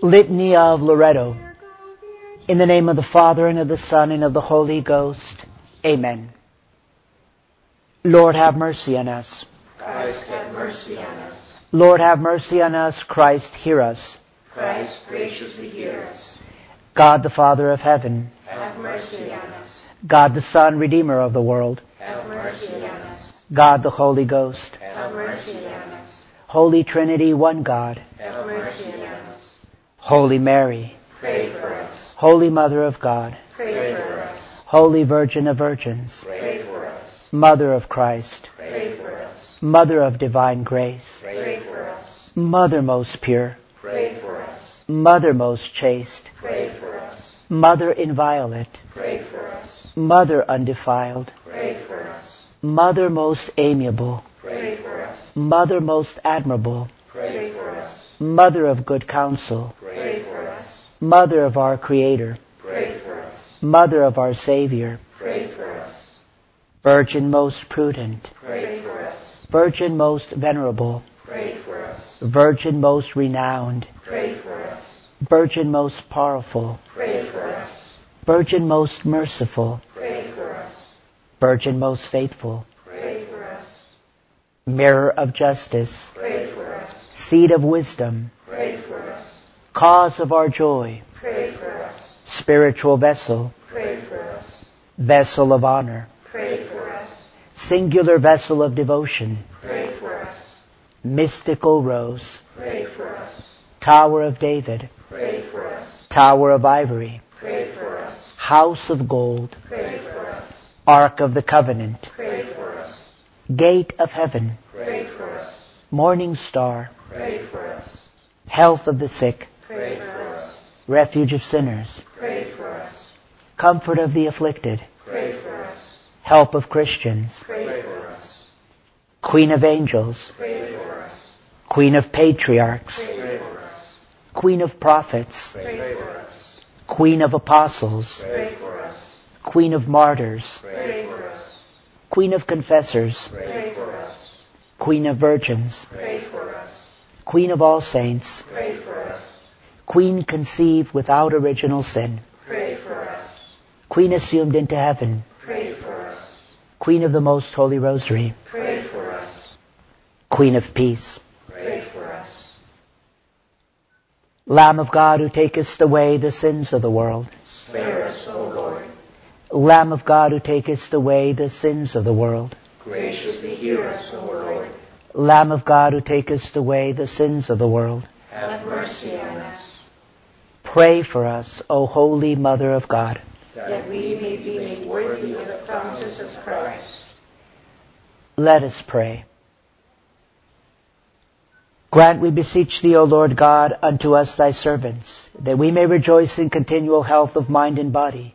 Litany of Loretto. In the name of the Father and of the Son and of the Holy Ghost. Amen. Lord have mercy on us. Christ have mercy on us. Lord have mercy on us. Christ hear us. Christ graciously hear us. God the Father of heaven. Have mercy on us. God the Son, Redeemer of the world. Have mercy on us. God the Holy Ghost. Have mercy on us. Holy Trinity, one God. Have mercy on us. Holy Mary. Pray for us. Holy Mother of God. Pray for us. Holy Virgin of Virgins. Pray for us. Mother of Christ. Pray for us. Mother of divine grace. Pray for us. Mother most pure. Pray for us. Mother most chaste. Pray for us. Mother inviolate. Pray for us. Mother undefiled. Pray for us. Mother most amiable. Pray for us. Mother most admirable. Pray for us. Mother of good counsel. Pray for us. Mother of our Creator. Pray for us. Mother of our Savior. Pray for us. Virgin most prudent. Pray for us. Virgin most venerable. Pray for us. Virgin most renowned. Pray for us. Virgin most powerful. Pray for us. Virgin most merciful. Pray for us. Virgin most faithful. Pray for us. Mirror of justice. Pray for us. Seed of wisdom. Pray for us. Cause of our joy. Pray for us. Spiritual vessel. Pray for us. Vessel of honor. Pray for us. Singular vessel of devotion. Pray for us. Mystical rose. Pray for us. Tower of David. Pray for us. Tower of ivory. Pray for us. House of gold. Pray for us. Ark of the covenant. Pray for us. Gate of heaven. Pray for us. Morning star. Pray for us. Health of the sick. Pray for us. Refuge of sinners. Pray for us. Comfort of the afflicted. Pray for us. Help of Christians. Pray for us. Queen of angels. Pray for us. Queen of patriarchs. Pray for us. Queen of prophets. Pray for us. Queen of apostles. Pray for us. Queen of martyrs. Pray for us. Queen of confessors. Pray for us. Queen of virgins. Pray for us. Queen of all saints. Pray for us. Queen conceived without original sin. Pray for us. Queen assumed into heaven. Pray for us. Queen of the most holy rosary. Pray for us. Queen of peace. Pray for us. Lamb of God who takest away the sins of the world. Spare us, O Lord. Lamb of God who takest away the sins of the world. Graciously hear us, O Lord. Lamb of God who takest away the sins of the world. Have mercy on us, Pray for us, O Holy Mother of God. that we may be made worthy of the promises of Christ. Let us pray. Grant, we beseech thee, O Lord God, unto us thy servants, that we may rejoice in continual health of mind and body,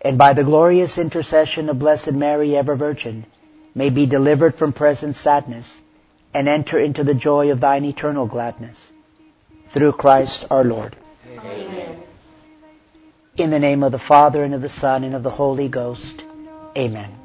and by the glorious intercession of Blessed Mary, ever Virgin, may be delivered from present sadness, and enter into the joy of thine eternal gladness. Through Christ our Lord. Amen. In the name of the Father, and of the Son, and of the Holy Ghost. Amen.